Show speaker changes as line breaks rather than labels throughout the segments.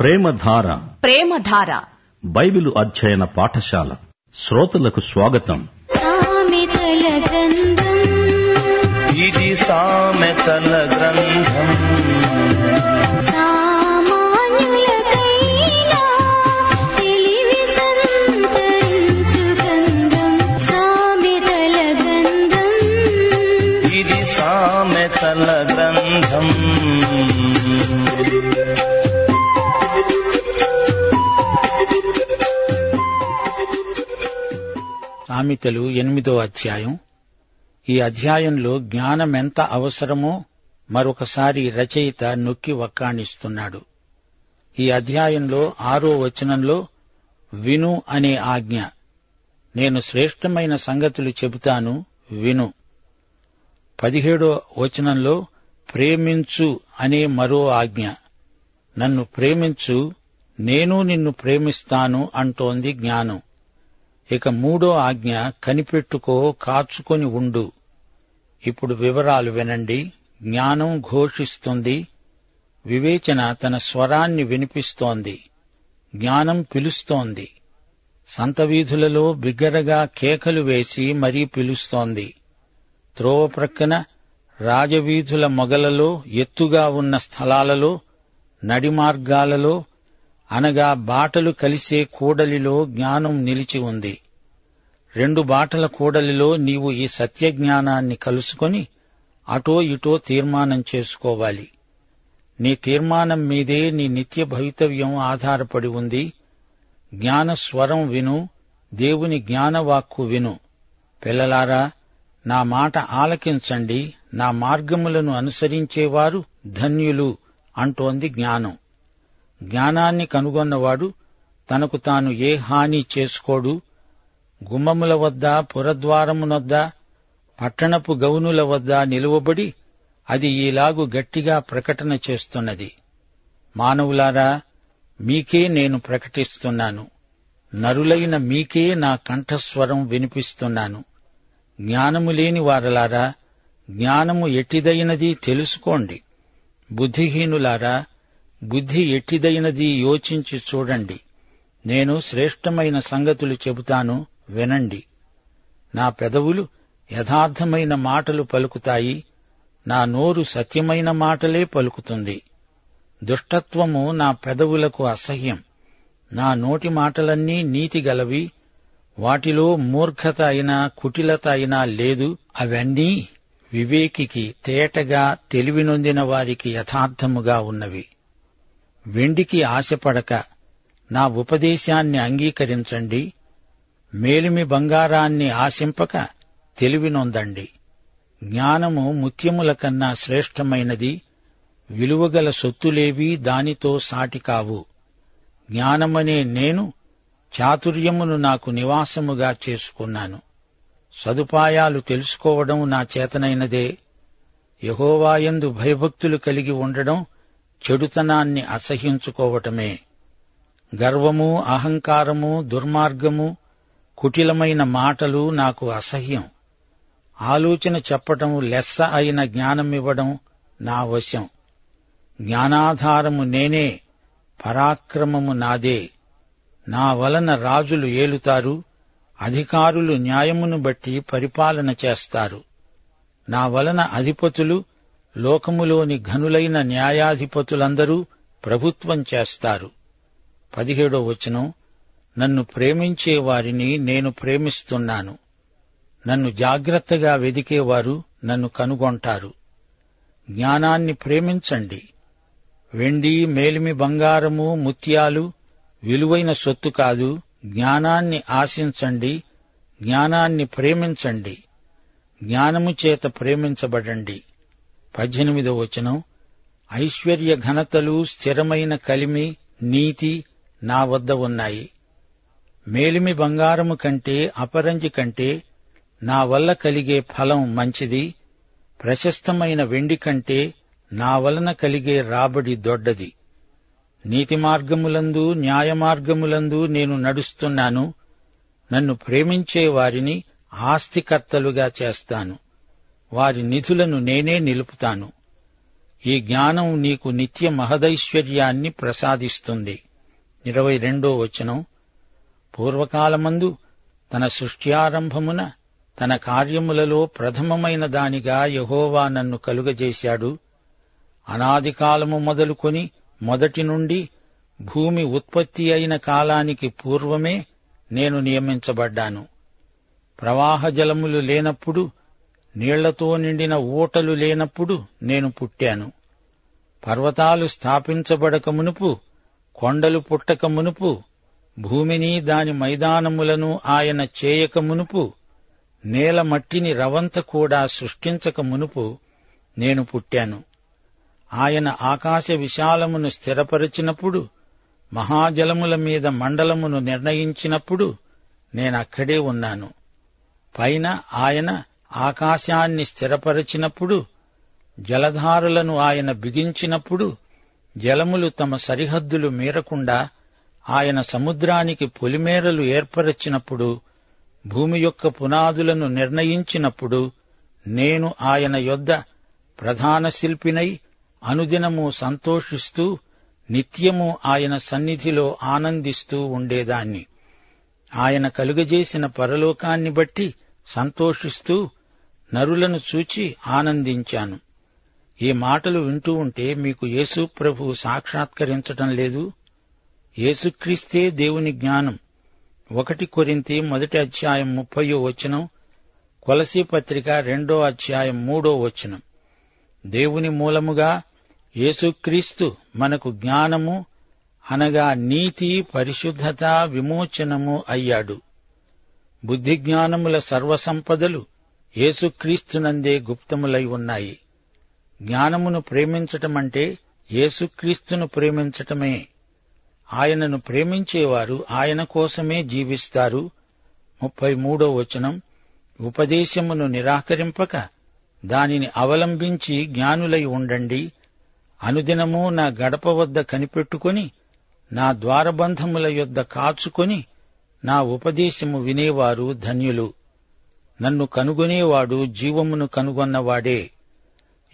ప్రేమధార
Premadhara
Bible అధ్యయన పాఠశాల శ్రోతలకు స్వాగతం
సామెతల గ్రంథం
ఇది సామెతల గ్రంథం
సామాన్యులకైనా తెలివి సంతరించు గ్రంథం సామెతల గ్రంథం
ఇది సామెతల గ్రంథం
సామెతలు ఎనిమిదో అధ్యాయం ఈ అధ్యాయంలో జ్ఞానం ఎంత అవసరమో మరొకసారి రచయిత నొక్కి వక్కాణిస్తున్నాడు ఈ అధ్యాయంలో ఆరో వచనంలో విను అనే ఆజ్ఞ నేను శ్రేష్టమైన సంగతులు చెబుతాను విను పదిహేడో వచనంలో ప్రేమించు అనే మరో ఆజ్ఞ నన్ను ప్రేమించు నేను నిన్ను ప్రేమిస్తాను అంటోంది జ్ఞానం ఇక మూడో ఆజ్ఞ కనిపెట్టుకో కాచుకొని ఉండు ఇప్పుడు వివరాలు వినండి జ్ఞానం ఘోషిస్తుంది వివేచన తన స్వరాన్ని వినిపిస్తోంది జ్ఞానం పిలుస్తోంది సంతవీధులలో బిగ్గరగా కేకలు వేసి మరీ పిలుస్తోంది త్రోవ ప్రక్కన రాజవీధుల మొగలలో ఎత్తుగా ఉన్న స్థలాలలో నడిమార్గాలలో అనగా బాటలు కలిసే కూడలిలో జ్ఞానం నిలిచి ఉంది రెండు బాటల కూడలిలో నీవు ఈ సత్యజ్ఞానాన్ని కలుసుకొని అటో ఇటో తీర్మానం చేసుకోవాలి నీ తీర్మానం మీదే నీ నిత్య భవితవ్యం ఆధారపడి ఉంది జ్ఞాన స్వరం విను దేవుని జ్ఞానవాక్కు విను పిల్లలారా నా మాట ఆలకించండి నా మార్గములను అనుసరించేవారు ధన్యులు అంటోంది జ్ఞానం జ్ఞానాన్ని కనుగొన్నవాడు తనకు తాను ఏ హాని చేసుకోడు గుమ్మముల వద్ద పురద్వారమునొద్ద పట్టణపు గౌనుల వద్ద నిలువబడి అది ఈలాగు గట్టిగా ప్రకటన చేస్తున్నది మానవులారా మీకే నేను ప్రకటిస్తున్నాను నరులైన మీకే నా కంఠస్వరం వినిపిస్తున్నాను జ్ఞానము లేని వారలారా జ్ఞానము ఎట్టిదైనది తెలుసుకోండి బుద్ధిహీనులారా బుద్ధి ఎట్టిదైనది యోచించి చూడండి నేను శ్రేష్టమైన సంగతులు చెబుతాను వినండి నా పెదవులు యథార్థమైన మాటలు పలుకుతాయి నా నోరు సత్యమైన మాటలే పలుకుతుంది దుష్టత్వము నా పెదవులకు అసహ్యం నా నోటి మాటలన్నీ నీతి గలవి వాటిలో మూర్ఖత అయినా కుటిలత అయినా లేదు అవన్నీ వివేకికి తేటగా తెలివినొందిన వారికి యథార్థముగా ఉన్నవి వెండికి ఆశపడక నా ఉపదేశాన్ని అంగీకరించండి మేలిమి బంగారాన్ని ఆశింపక తెలివినొందండి జ్ఞానము ముత్యముల కన్నా శ్రేష్టమైనది విలువగల సొత్తులేవి దానితో సాటి కావు జ్ఞానమనే నేను చాతుర్యమును నాకు నివాసముగా చేసుకున్నాను సదుపాయాలు తెలుసుకోవడం నా చేతనైనదే యహోవాయందు భయభక్తులు కలిగి ఉండడం చెడుతనాన్ని అసహించుకోవటమే గర్వము అహంకారము దుర్మార్గము కుటిలమైన మాటలు నాకు అసహ్యం ఆలోచన చెప్పటం లెస్స అయిన జ్ఞానమివ్వడం నా వశం జ్ఞానాధారము నేనే పరాక్రమము నాదే నా వలన రాజులు ఏలుతారు అధికారులు న్యాయమును బట్టి పరిపాలన చేస్తారు నా వలన అధిపతులు లోకములోని ఘనులైన న్యాయాధిపతులందరూ ప్రభుత్వం చేస్తారు పదిహేడో వచనం నన్ను ప్రేమించే వారిని నేను ప్రేమిస్తున్నాను నన్ను జాగ్రత్తగా వెదికేవారు నన్ను కనుగొంటారు జ్ఞానాన్ని ప్రేమించండి వెండి మేలిమి బంగారము ముత్యాలు విలువైన సొత్తు కాదు జ్ఞానాన్ని ఆశించండి జ్ఞానాన్ని ప్రేమించండి జ్ఞానము చేత ప్రేమించబడండి పద్దెనిమిదో వచనం ఐశ్వర్య ఘనతలు స్థిరమైన కలిమి నీతి నా వద్ద ఉన్నాయి మేలిమి బంగారము కంటే అపరంజి కంటే నా వల్ల కలిగే ఫలం మంచిది ప్రశస్తమైన వెండి కంటే నా వలన కలిగే రాబడి దొడ్డది నీతి మార్గములందు న్యాయ మార్గములందు నేను నడుస్తున్నాను నన్ను ప్రేమించే వారిని ఆస్తికర్తలుగా చేస్తాను వారి నిధులను నేనే నిలుపుతాను ఈ జ్ఞానం నీకు నిత్య మహదైశ్వర్యాన్ని ప్రసాదిస్తుంది ఇరవై రెండో వచనం పూర్వకాలమందు తన సృష్ట్యారంభమున తన కార్యములలో ప్రథమమైన దానిగా యహోవా నన్ను కలుగజేశాడు అనాది కాలము మొదలుకొని మొదటి నుండి భూమి ఉత్పత్తి అయిన కాలానికి పూర్వమే నేను నియమించబడ్డాను ప్రవాహ జలములు లేనప్పుడు నీళ్లతో నిండిన ఊటలు లేనప్పుడు నేను పుట్టాను పర్వతాలు స్థాపించబడక మునుపు కొండలు పుట్టక మునుపు భూమిని దాని మైదానములను ఆయన చేయక మునుపు నేల మట్టిని రవంత కూడా సృష్టించక మునుపు నేను పుట్టాను ఆయన ఆకాశ విశాలమును స్థిరపరిచినప్పుడు మహాజలముల మీద మండలమును నిర్ణయించినప్పుడు నేనక్కడే ఉన్నాను పైన ఆయన ఆకాశాన్ని స్థిరపరిచినప్పుడు జలధారులను ఆయన బిగించినప్పుడు జలములు తమ సరిహద్దులు మీరకుండా ఆయన సముద్రానికి పొలిమేరలు ఏర్పరచినప్పుడు భూమి యొక్క పునాదులను నిర్ణయించినప్పుడు నేను ఆయన యొద్ద ప్రధాన శిల్పినై అనుదినము సంతోషిస్తూ నిత్యము ఆయన సన్నిధిలో ఆనందిస్తూ ఉండేదాన్ని ఆయన కలుగజేసిన పరలోకాన్ని బట్టి సంతోషిస్తూ నరులను చూచి ఆనందించాను ఈ మాటలు వింటూ ఉంటే మీకు యేసు ప్రభు సాక్షాత్కరించటం లేదు యేసుక్రీస్తే దేవుని జ్ఞానం ఒకటి కొరింతి మొదటి అధ్యాయం ముప్పయో వచనం కొలసీ పత్రిక రెండో అధ్యాయం మూడో వచనం దేవుని మూలముగా యేసుక్రీస్తు మనకు జ్ఞానము అనగా నీతి పరిశుద్ధత విమోచనము అయ్యాడు బుద్ధి జ్ఞానముల సర్వసంపదలు యేసుక్రీస్తునందే గుప్తములై ఉన్నాయి జ్ఞానమును ప్రేమించటమంటే యేసుక్రీస్తును ప్రేమించటమే ఆయనను ప్రేమించేవారు ఆయన కోసమే జీవిస్తారు ముప్పై మూడో వచనం ఉపదేశమును నిరాకరింపక దానిని అవలంబించి జ్ఞానులై ఉండండి అనుదినము నా గడప వద్ద కనిపెట్టుకొని నా ద్వారబంధముల యొద్ద కాచుకొని నా ఉపదేశము వినేవారు ధన్యులు నన్ను కనుగొనేవాడు జీవమును కనుగొన్నవాడే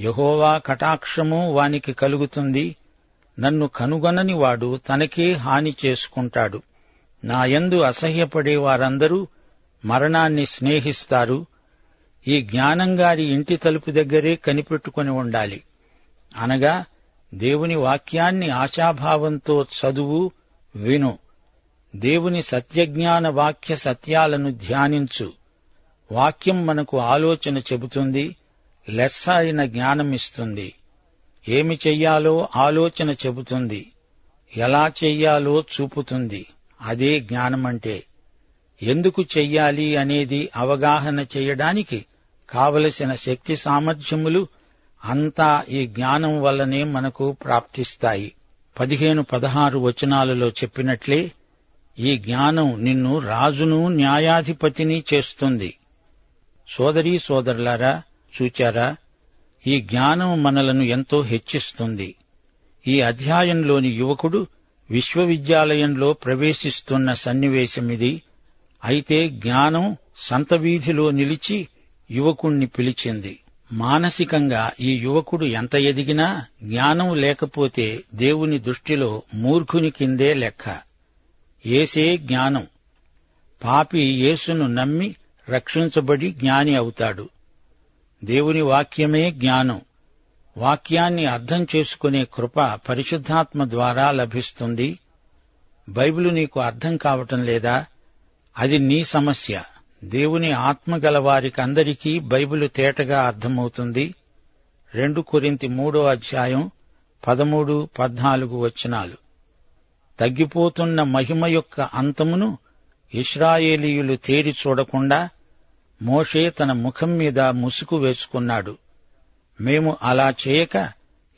యహోవా కటాక్షము వానికి కలుగుతుంది నన్ను కనుగొనని వాడు తనకే హాని చేసుకుంటాడు నా యందు అసహ్యపడే వారందరూ మరణాన్ని స్నేహిస్తారు ఈ జ్ఞానంగారి ఇంటి తలుపు దగ్గరే కనిపెట్టుకొని ఉండాలి అనగా దేవుని వాక్యాన్ని ఆశాభావంతో చదువు విను దేవుని సత్యజ్ఞాన వాక్య సత్యాలను ధ్యానించు వాక్యం మనకు ఆలోచన చెబుతుంది లెస్స అయిన జ్ఞానమిస్తుంది ఏమి చెయ్యాలో ఆలోచన చెబుతుంది ఎలా చెయ్యాలో చూపుతుంది అదే జ్ఞానమంటే ఎందుకు చెయ్యాలి అనేది అవగాహన చేయడానికి కావలసిన శక్తి సామర్థ్యములు అంతా ఈ జ్ఞానం వల్లనే మనకు ప్రాప్తిస్తాయి పదిహేను పదహారు వచనాలలో చెప్పినట్లే ఈ జ్ఞానం నిన్ను రాజును న్యాయాధిపతిని చేస్తుంది సోదరీ సోదరులారా చూచారా ఈ జ్ఞానం మనలను ఎంతో హెచ్చిస్తుంది ఈ అధ్యాయంలోని యువకుడు విశ్వవిద్యాలయంలో ప్రవేశిస్తున్న సన్నివేశమిది అయితే జ్ఞానం సంతవీధిలో నిలిచి యువకుణ్ణి పిలిచింది మానసికంగా ఈ యువకుడు ఎంత ఎదిగినా జ్ఞానం లేకపోతే దేవుని దృష్టిలో మూర్ఖుని కిందే లెక్క ఏసే జ్ఞానం పాపి యేసును నమ్మి రక్షించబడి జ్ఞాని అవుతాడు దేవుని వాక్యమే జ్ఞానం వాక్యాన్ని అర్థం చేసుకునే కృప పరిశుద్ధాత్మ ద్వారా లభిస్తుంది బైబిలు నీకు అర్థం కావటం లేదా అది నీ సమస్య దేవుని ఆత్మ గల వారికందరికీ బైబిలు తేటగా అర్థమవుతుంది రెండు కొరింతి మూడో అధ్యాయం పదమూడు పద్నాలుగు వచనాలు తగ్గిపోతున్న మహిమ యొక్క అంతమును ఇస్రాయేలీయులు తేరి చూడకుండా మోషే తన ముఖం మీద ముసుగు వేసుకున్నాడు మేము అలా చేయక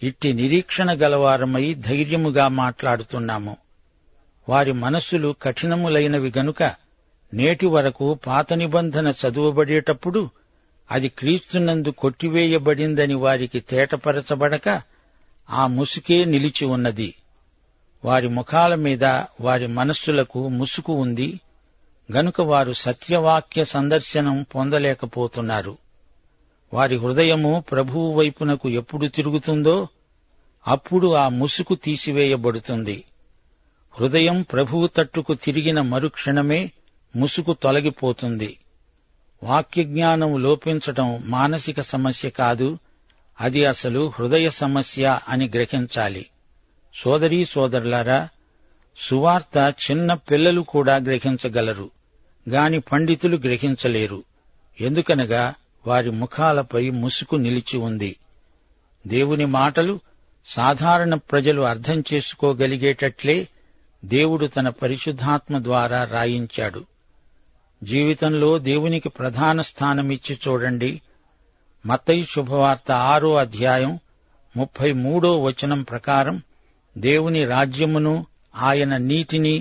ఇట్టి నిరీక్షణ గలవారమై ధైర్యముగా మాట్లాడుతున్నాము వారి మనస్సులు కఠినములైనవి గనుక నేటి వరకు పాత నిబంధన చదువబడేటప్పుడు అది క్రీస్తునందు కొట్టివేయబడిందని వారికి తేటపరచబడక ఆ ముసుకే నిలిచి ఉన్నది వారి ముఖాల మీద వారి మనస్సులకు ముసుకు ఉంది గనుక వారు సత్యవాక్య సందర్శనం పొందలేకపోతున్నారు వారి హృదయము ప్రభువు వైపునకు ఎప్పుడు తిరుగుతుందో అప్పుడు ఆ ముసుకు తీసివేయబడుతుంది హృదయం ప్రభువు తట్టుకు తిరిగిన మరుక్షణమే ముసుకు తొలగిపోతుంది వాక్యజ్ఞానం లోపించటం మానసిక సమస్య కాదు అది అసలు హృదయ సమస్య అని గ్రహించాలి సోదరీ సోదరులారా సువార్త చిన్న పిల్లలు కూడా గ్రహించగలరు గాని పండితులు గ్రహించలేరు ఎందుకనగా వారి ముఖాలపై ముసుకు నిలిచి ఉంది దేవుని మాటలు సాధారణ ప్రజలు అర్థం చేసుకోగలిగేటట్లే దేవుడు తన పరిశుద్ధాత్మ ద్వారా రాయించాడు జీవితంలో దేవునికి ప్రధాన స్థానమిచ్చి చూడండి మత్తయి శుభవార్త ఆరో అధ్యాయం ముప్పై మూడో వచనం ప్రకారం దేవుని రాజ్యమును ఆయన నీతిని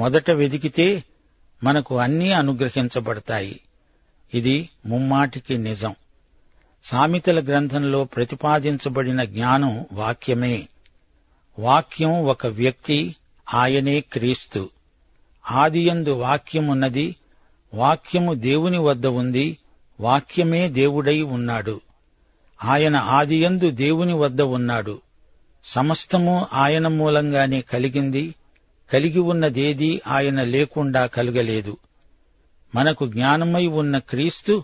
మొదట వెదికితే మనకు అన్నీ అనుగ్రహించబడతాయి ఇది ముమ్మాటికి నిజం సామెతల గ్రంథంలో ప్రతిపాదించబడిన జ్ఞానం వాక్యమే వాక్యం ఒక వ్యక్తి ఆయనే క్రీస్తు ఆదియందు వాక్యమున్నది వాక్యము దేవుని వద్ద ఉంది వాక్యమే దేవుడై ఉన్నాడు ఆయన ఆదియందు దేవుని వద్ద ఉన్నాడు సమస్తము ఆయన మూలంగానే కలిగింది కలిగి ఉన్నదేదీ ఆయన లేకుండా కలగలేదు మనకు జ్ఞానమై ఉన్న క్రీస్తు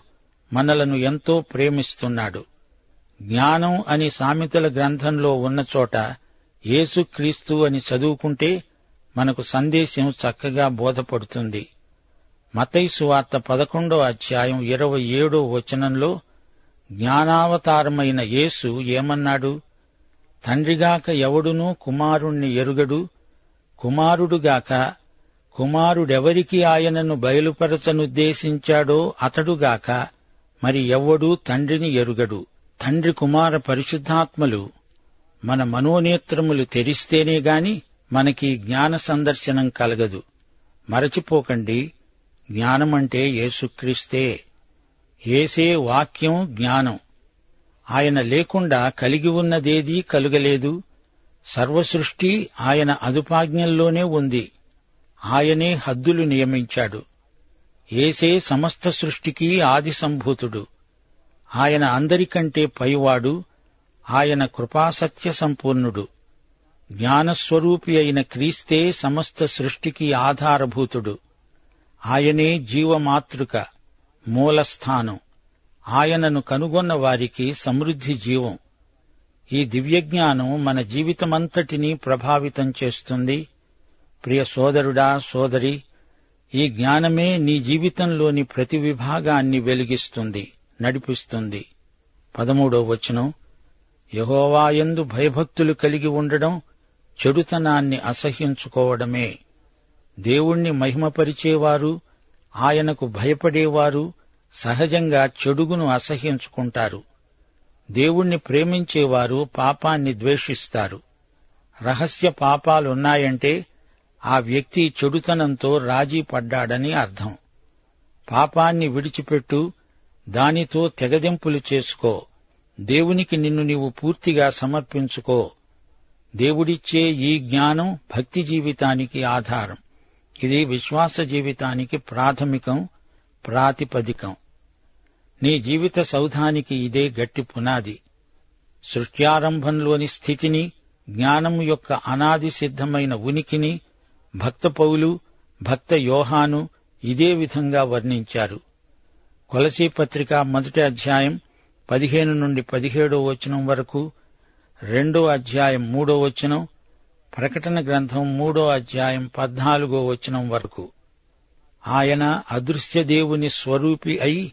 మనలను ఎంతో ప్రేమిస్తున్నాడు జ్ఞానం అని సామెతల గ్రంథంలో ఉన్న చోట యేసుక్రీస్తు అని చదువుకుంటే మనకు సందేశం చక్కగా బోధపడుతుంది మతైసు సువార్త పదకొండో అధ్యాయం ఇరవై ఏడో వచనంలో జ్ఞానావతారమైన యేసు ఏమన్నాడు తండ్రిగాక ఎవడునూ కుమారుణ్ణి ఎరుగడు కుమారుడుగాక కుమారుడెవరికి ఆయనను బయలుపరచనుద్దేశించాడో అతడుగాక మరి ఎవ్వడూ తండ్రిని ఎరుగడు తండ్రి కుమార పరిశుద్ధాత్మలు మన మనోనేత్రములు తెరిస్తేనే గాని మనకి జ్ఞాన సందర్శనం కలగదు మరచిపోకండి జ్ఞానమంటే యేసుక్రీస్తే ఏసే వాక్యం జ్ఞానం ఆయన లేకుండా కలిగి ఉన్నదేదీ కలుగలేదు సర్వసృష్టి ఆయన అదుపాజ్ఞంలోనే ఉంది ఆయనే హద్దులు నియమించాడు ఏసే సమస్త సృష్టికి ఆది సంభూతుడు ఆయన అందరికంటే పైవాడు ఆయన కృపాసత్య సంపూర్ణుడు జ్ఞానస్వరూపి అయిన క్రీస్తే సమస్త సృష్టికి ఆధారభూతుడు ఆయనే జీవమాతృక మూలస్థానం ఆయనను కనుగొన్న వారికి సమృద్ధి జీవం ఈ దివ్యజ్ఞానం మన జీవితమంతటినీ ప్రభావితం చేస్తుంది ప్రియ సోదరుడా సోదరి ఈ జ్ఞానమే నీ జీవితంలోని ప్రతి విభాగాన్ని వెలిగిస్తుంది నడిపిస్తుంది పదమూడో వచనం యహోవాయందు భయభక్తులు కలిగి ఉండడం చెడుతనాన్ని అసహ్యించుకోవడమే దేవుణ్ణి మహిమపరిచేవారు ఆయనకు భయపడేవారు సహజంగా చెడుగును అసహ్యించుకుంటారు దేవుణ్ణి ప్రేమించేవారు పాపాన్ని ద్వేషిస్తారు రహస్య పాపాలున్నాయంటే ఆ వ్యక్తి చెడుతనంతో రాజీ పడ్డాడని అర్థం పాపాన్ని విడిచిపెట్టు దానితో తెగదెంపులు చేసుకో దేవునికి నిన్ను నీవు పూర్తిగా సమర్పించుకో దేవుడిచ్చే ఈ జ్ఞానం భక్తి జీవితానికి ఆధారం ఇది విశ్వాస జీవితానికి ప్రాథమికం ప్రాతిపదికం నీ జీవిత సౌధానికి ఇదే గట్టి పునాది సృష్ట్యారంభంలోని స్థితిని జ్ఞానం యొక్క అనాది సిద్ధమైన ఉనికిని భక్త పౌలు భక్త యోహాను ఇదే విధంగా వర్ణించారు కొలసీ పత్రిక మొదటి అధ్యాయం పదిహేను నుండి పదిహేడో వచనం వరకు రెండో అధ్యాయం మూడో వచనం ప్రకటన గ్రంథం మూడో అధ్యాయం పద్నాలుగో వచనం వరకు ఆయన అదృశ్య దేవుని స్వరూపి అయి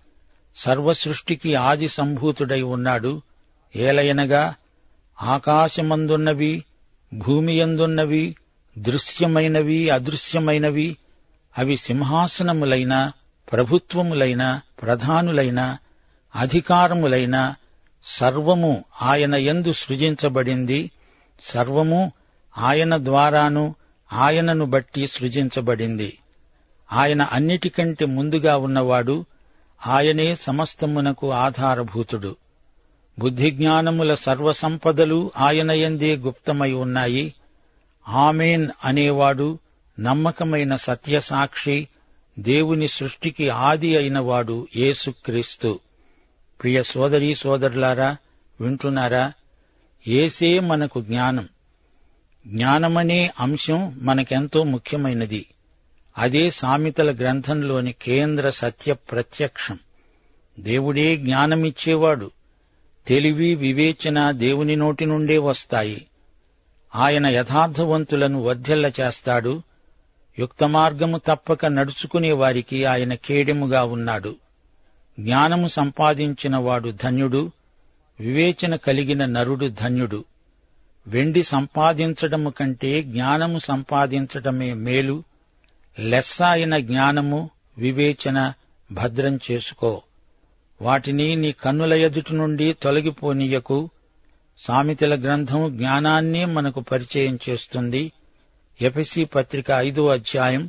సర్వసృష్టికి ఆది సంభూతుడై ఉన్నాడు ఏలయనగా ఆకాశమందున్నవి భూమియందున్నవి దృశ్యమైనవి అదృశ్యమైనవి అవి సింహాసనములైన ప్రభుత్వములైన ప్రధానులైన అధికారములైన సర్వము ఆయన యందు సృజించబడింది సర్వము ఆయన ద్వారాను ఆయనను బట్టి సృజించబడింది ఆయన అన్నిటికంటే ముందుగా ఉన్నవాడు ఆయనే సమస్తమునకు ఆధారభూతుడు బుద్ధిజ్ఞానముల సర్వసంపదలు ఆయనయందే గుప్తమై ఉన్నాయి ఆమెన్ అనేవాడు నమ్మకమైన సత్యసాక్షి దేవుని సృష్టికి ఆది అయినవాడు యేసుక్రీస్తు ప్రియ సోదరీ సోదరులారా వింటున్నారా ఏసే మనకు జ్ఞానం జ్ఞానమనే అంశం మనకెంతో ముఖ్యమైనది అదే సామెతల గ్రంథంలోని కేంద్ర సత్య ప్రత్యక్షం దేవుడే జ్ఞానమిచ్చేవాడు తెలివి వివేచన దేవుని నోటి నుండే వస్తాయి ఆయన యథార్థవంతులను వర్ధిల్ల చేస్తాడు యుక్త మార్గము తప్పక నడుచుకునే వారికి ఆయన కేడెముగా ఉన్నాడు జ్ఞానము సంపాదించిన వాడు ధన్యుడు వివేచన కలిగిన నరుడు ధన్యుడు వెండి సంపాదించడము కంటే జ్ఞానము సంపాదించటమే మేలు లెస్స అయిన జ్ఞానము వివేచన భద్రం చేసుకో వాటిని నీ కన్నుల ఎదుటి నుండి తొలగిపోనీయకు సామెతల గ్రంథం జ్ఞానాన్నే మనకు పరిచయం చేస్తుంది ఎఫెసి పత్రిక ఐదో అధ్యాయం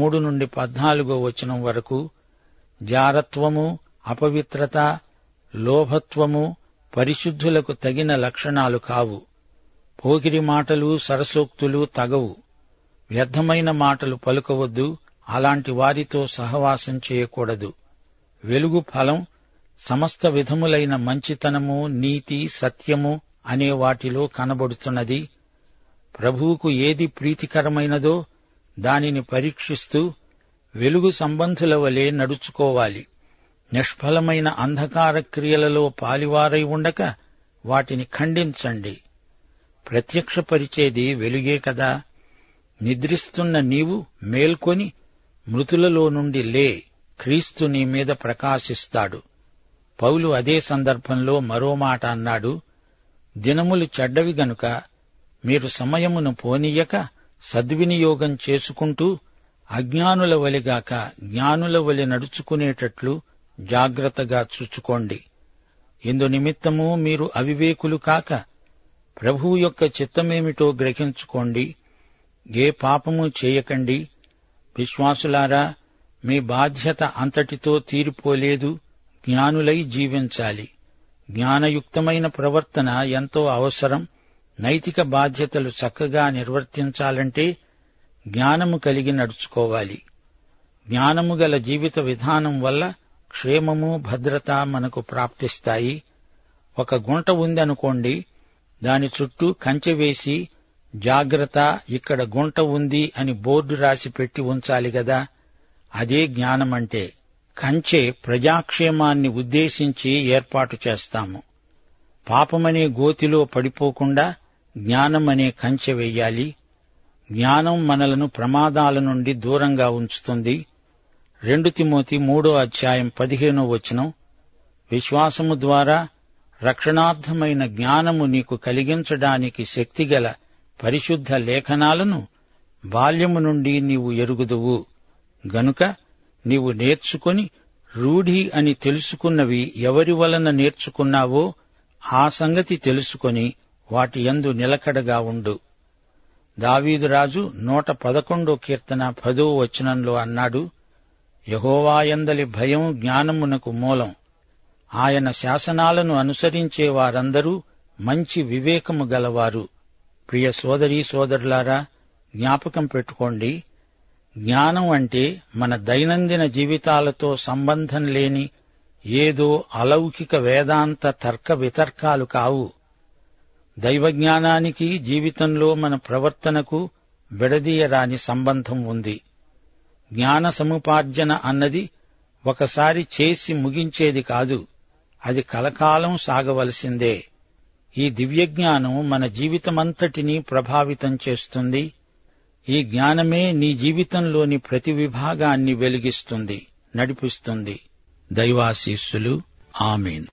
మూడు నుండి పద్నాలుగో వచనం వరకు జారత్వము అపవిత్రత లోభత్వము పరిశుద్ధులకు తగిన లక్షణాలు కావు పోకిరి మాటలు సరసోక్తులు తగవు వ్యర్థమైన మాటలు పలుకవద్దు అలాంటి వారితో సహవాసం చేయకూడదు వెలుగు ఫలం సమస్త విధములైన మంచితనము నీతి సత్యము అనే వాటిలో కనబడుతున్నది ప్రభువుకు ఏది ప్రీతికరమైనదో దానిని పరీక్షిస్తూ వెలుగు సంబంధుల వలె నడుచుకోవాలి నిష్ఫలమైన అంధకార క్రియలలో పాలివారై ఉండక వాటిని ఖండించండి ప్రత్యక్షపరిచేది వెలుగే కదా నిద్రిస్తున్న నీవు మేల్కొని మృతులలో నుండి లే క్రీస్తు నీ మీద ప్రకాశిస్తాడు పౌలు అదే సందర్భంలో మరో మాట అన్నాడు దినములు చెడ్డవి గనుక మీరు సమయమును పోనీయక సద్వినియోగం చేసుకుంటూ అజ్ఞానుల వలిగాక జ్ఞానుల వలి నడుచుకునేటట్లు జాగ్రత్తగా చూచుకోండి ఇందు నిమిత్తము మీరు అవివేకులు కాక ప్రభువు యొక్క చిత్తమేమిటో గ్రహించుకోండి ఏ పాపము చేయకండి విశ్వాసులారా మీ బాధ్యత అంతటితో తీరిపోలేదు జ్ఞానులై జీవించాలి జ్ఞానయుక్తమైన ప్రవర్తన ఎంతో అవసరం నైతిక బాధ్యతలు చక్కగా నిర్వర్తించాలంటే జ్ఞానము కలిగి నడుచుకోవాలి జ్ఞానము గల జీవిత విధానం వల్ల క్షేమము భద్రత మనకు ప్రాప్తిస్తాయి ఒక గుంట ఉందనుకోండి దాని చుట్టూ కంచె వేసి జాగ్రత్త ఇక్కడ గుంట ఉంది అని బోర్డు రాసి పెట్టి ఉంచాలి గదా అదే జ్ఞానమంటే కంచె ప్రజాక్షేమాన్ని ఉద్దేశించి ఏర్పాటు చేస్తాము పాపమనే గోతిలో పడిపోకుండా జ్ఞానమనే కంచె వెయ్యాలి జ్ఞానం మనలను ప్రమాదాల నుండి దూరంగా ఉంచుతుంది రెండు తిమోతి మూడో అధ్యాయం పదిహేనో వచనం విశ్వాసము ద్వారా రక్షణార్థమైన జ్ఞానము నీకు కలిగించడానికి శక్తిగల పరిశుద్ధ లేఖనాలను బాల్యము నుండి నీవు ఎరుగుదువు గనుక నీవు నేర్చుకొని రూఢి అని తెలుసుకున్నవి ఎవరి వలన నేర్చుకున్నావో ఆ సంగతి తెలుసుకొని వాటి యందు నిలకడగా ఉండు దావీదు రాజు నూట పదకొండో కీర్తన పదో వచనంలో అన్నాడు యహోవాయందలి భయం జ్ఞానమునకు మూలం ఆయన శాసనాలను అనుసరించే వారందరూ మంచి వివేకము గలవారు ప్రియ సోదరీ సోదరులారా జ్ఞాపకం పెట్టుకోండి జ్ఞానం అంటే మన దైనందిన జీవితాలతో సంబంధం లేని ఏదో అలౌకిక వేదాంత తర్క వితర్కాలు కావు దైవ జ్ఞానానికి జీవితంలో మన ప్రవర్తనకు విడదీయరాని సంబంధం ఉంది జ్ఞాన సముపార్జన అన్నది ఒకసారి చేసి ముగించేది కాదు అది కలకాలం సాగవలసిందే ఈ దివ్యజ్ఞానం మన జీవితమంతటినీ ప్రభావితం చేస్తుంది ఈ జ్ఞానమే నీ జీవితంలోని ప్రతి విభాగాన్ని వెలిగిస్తుంది నడిపిస్తుంది దైవాశీస్సులు ఆమెన్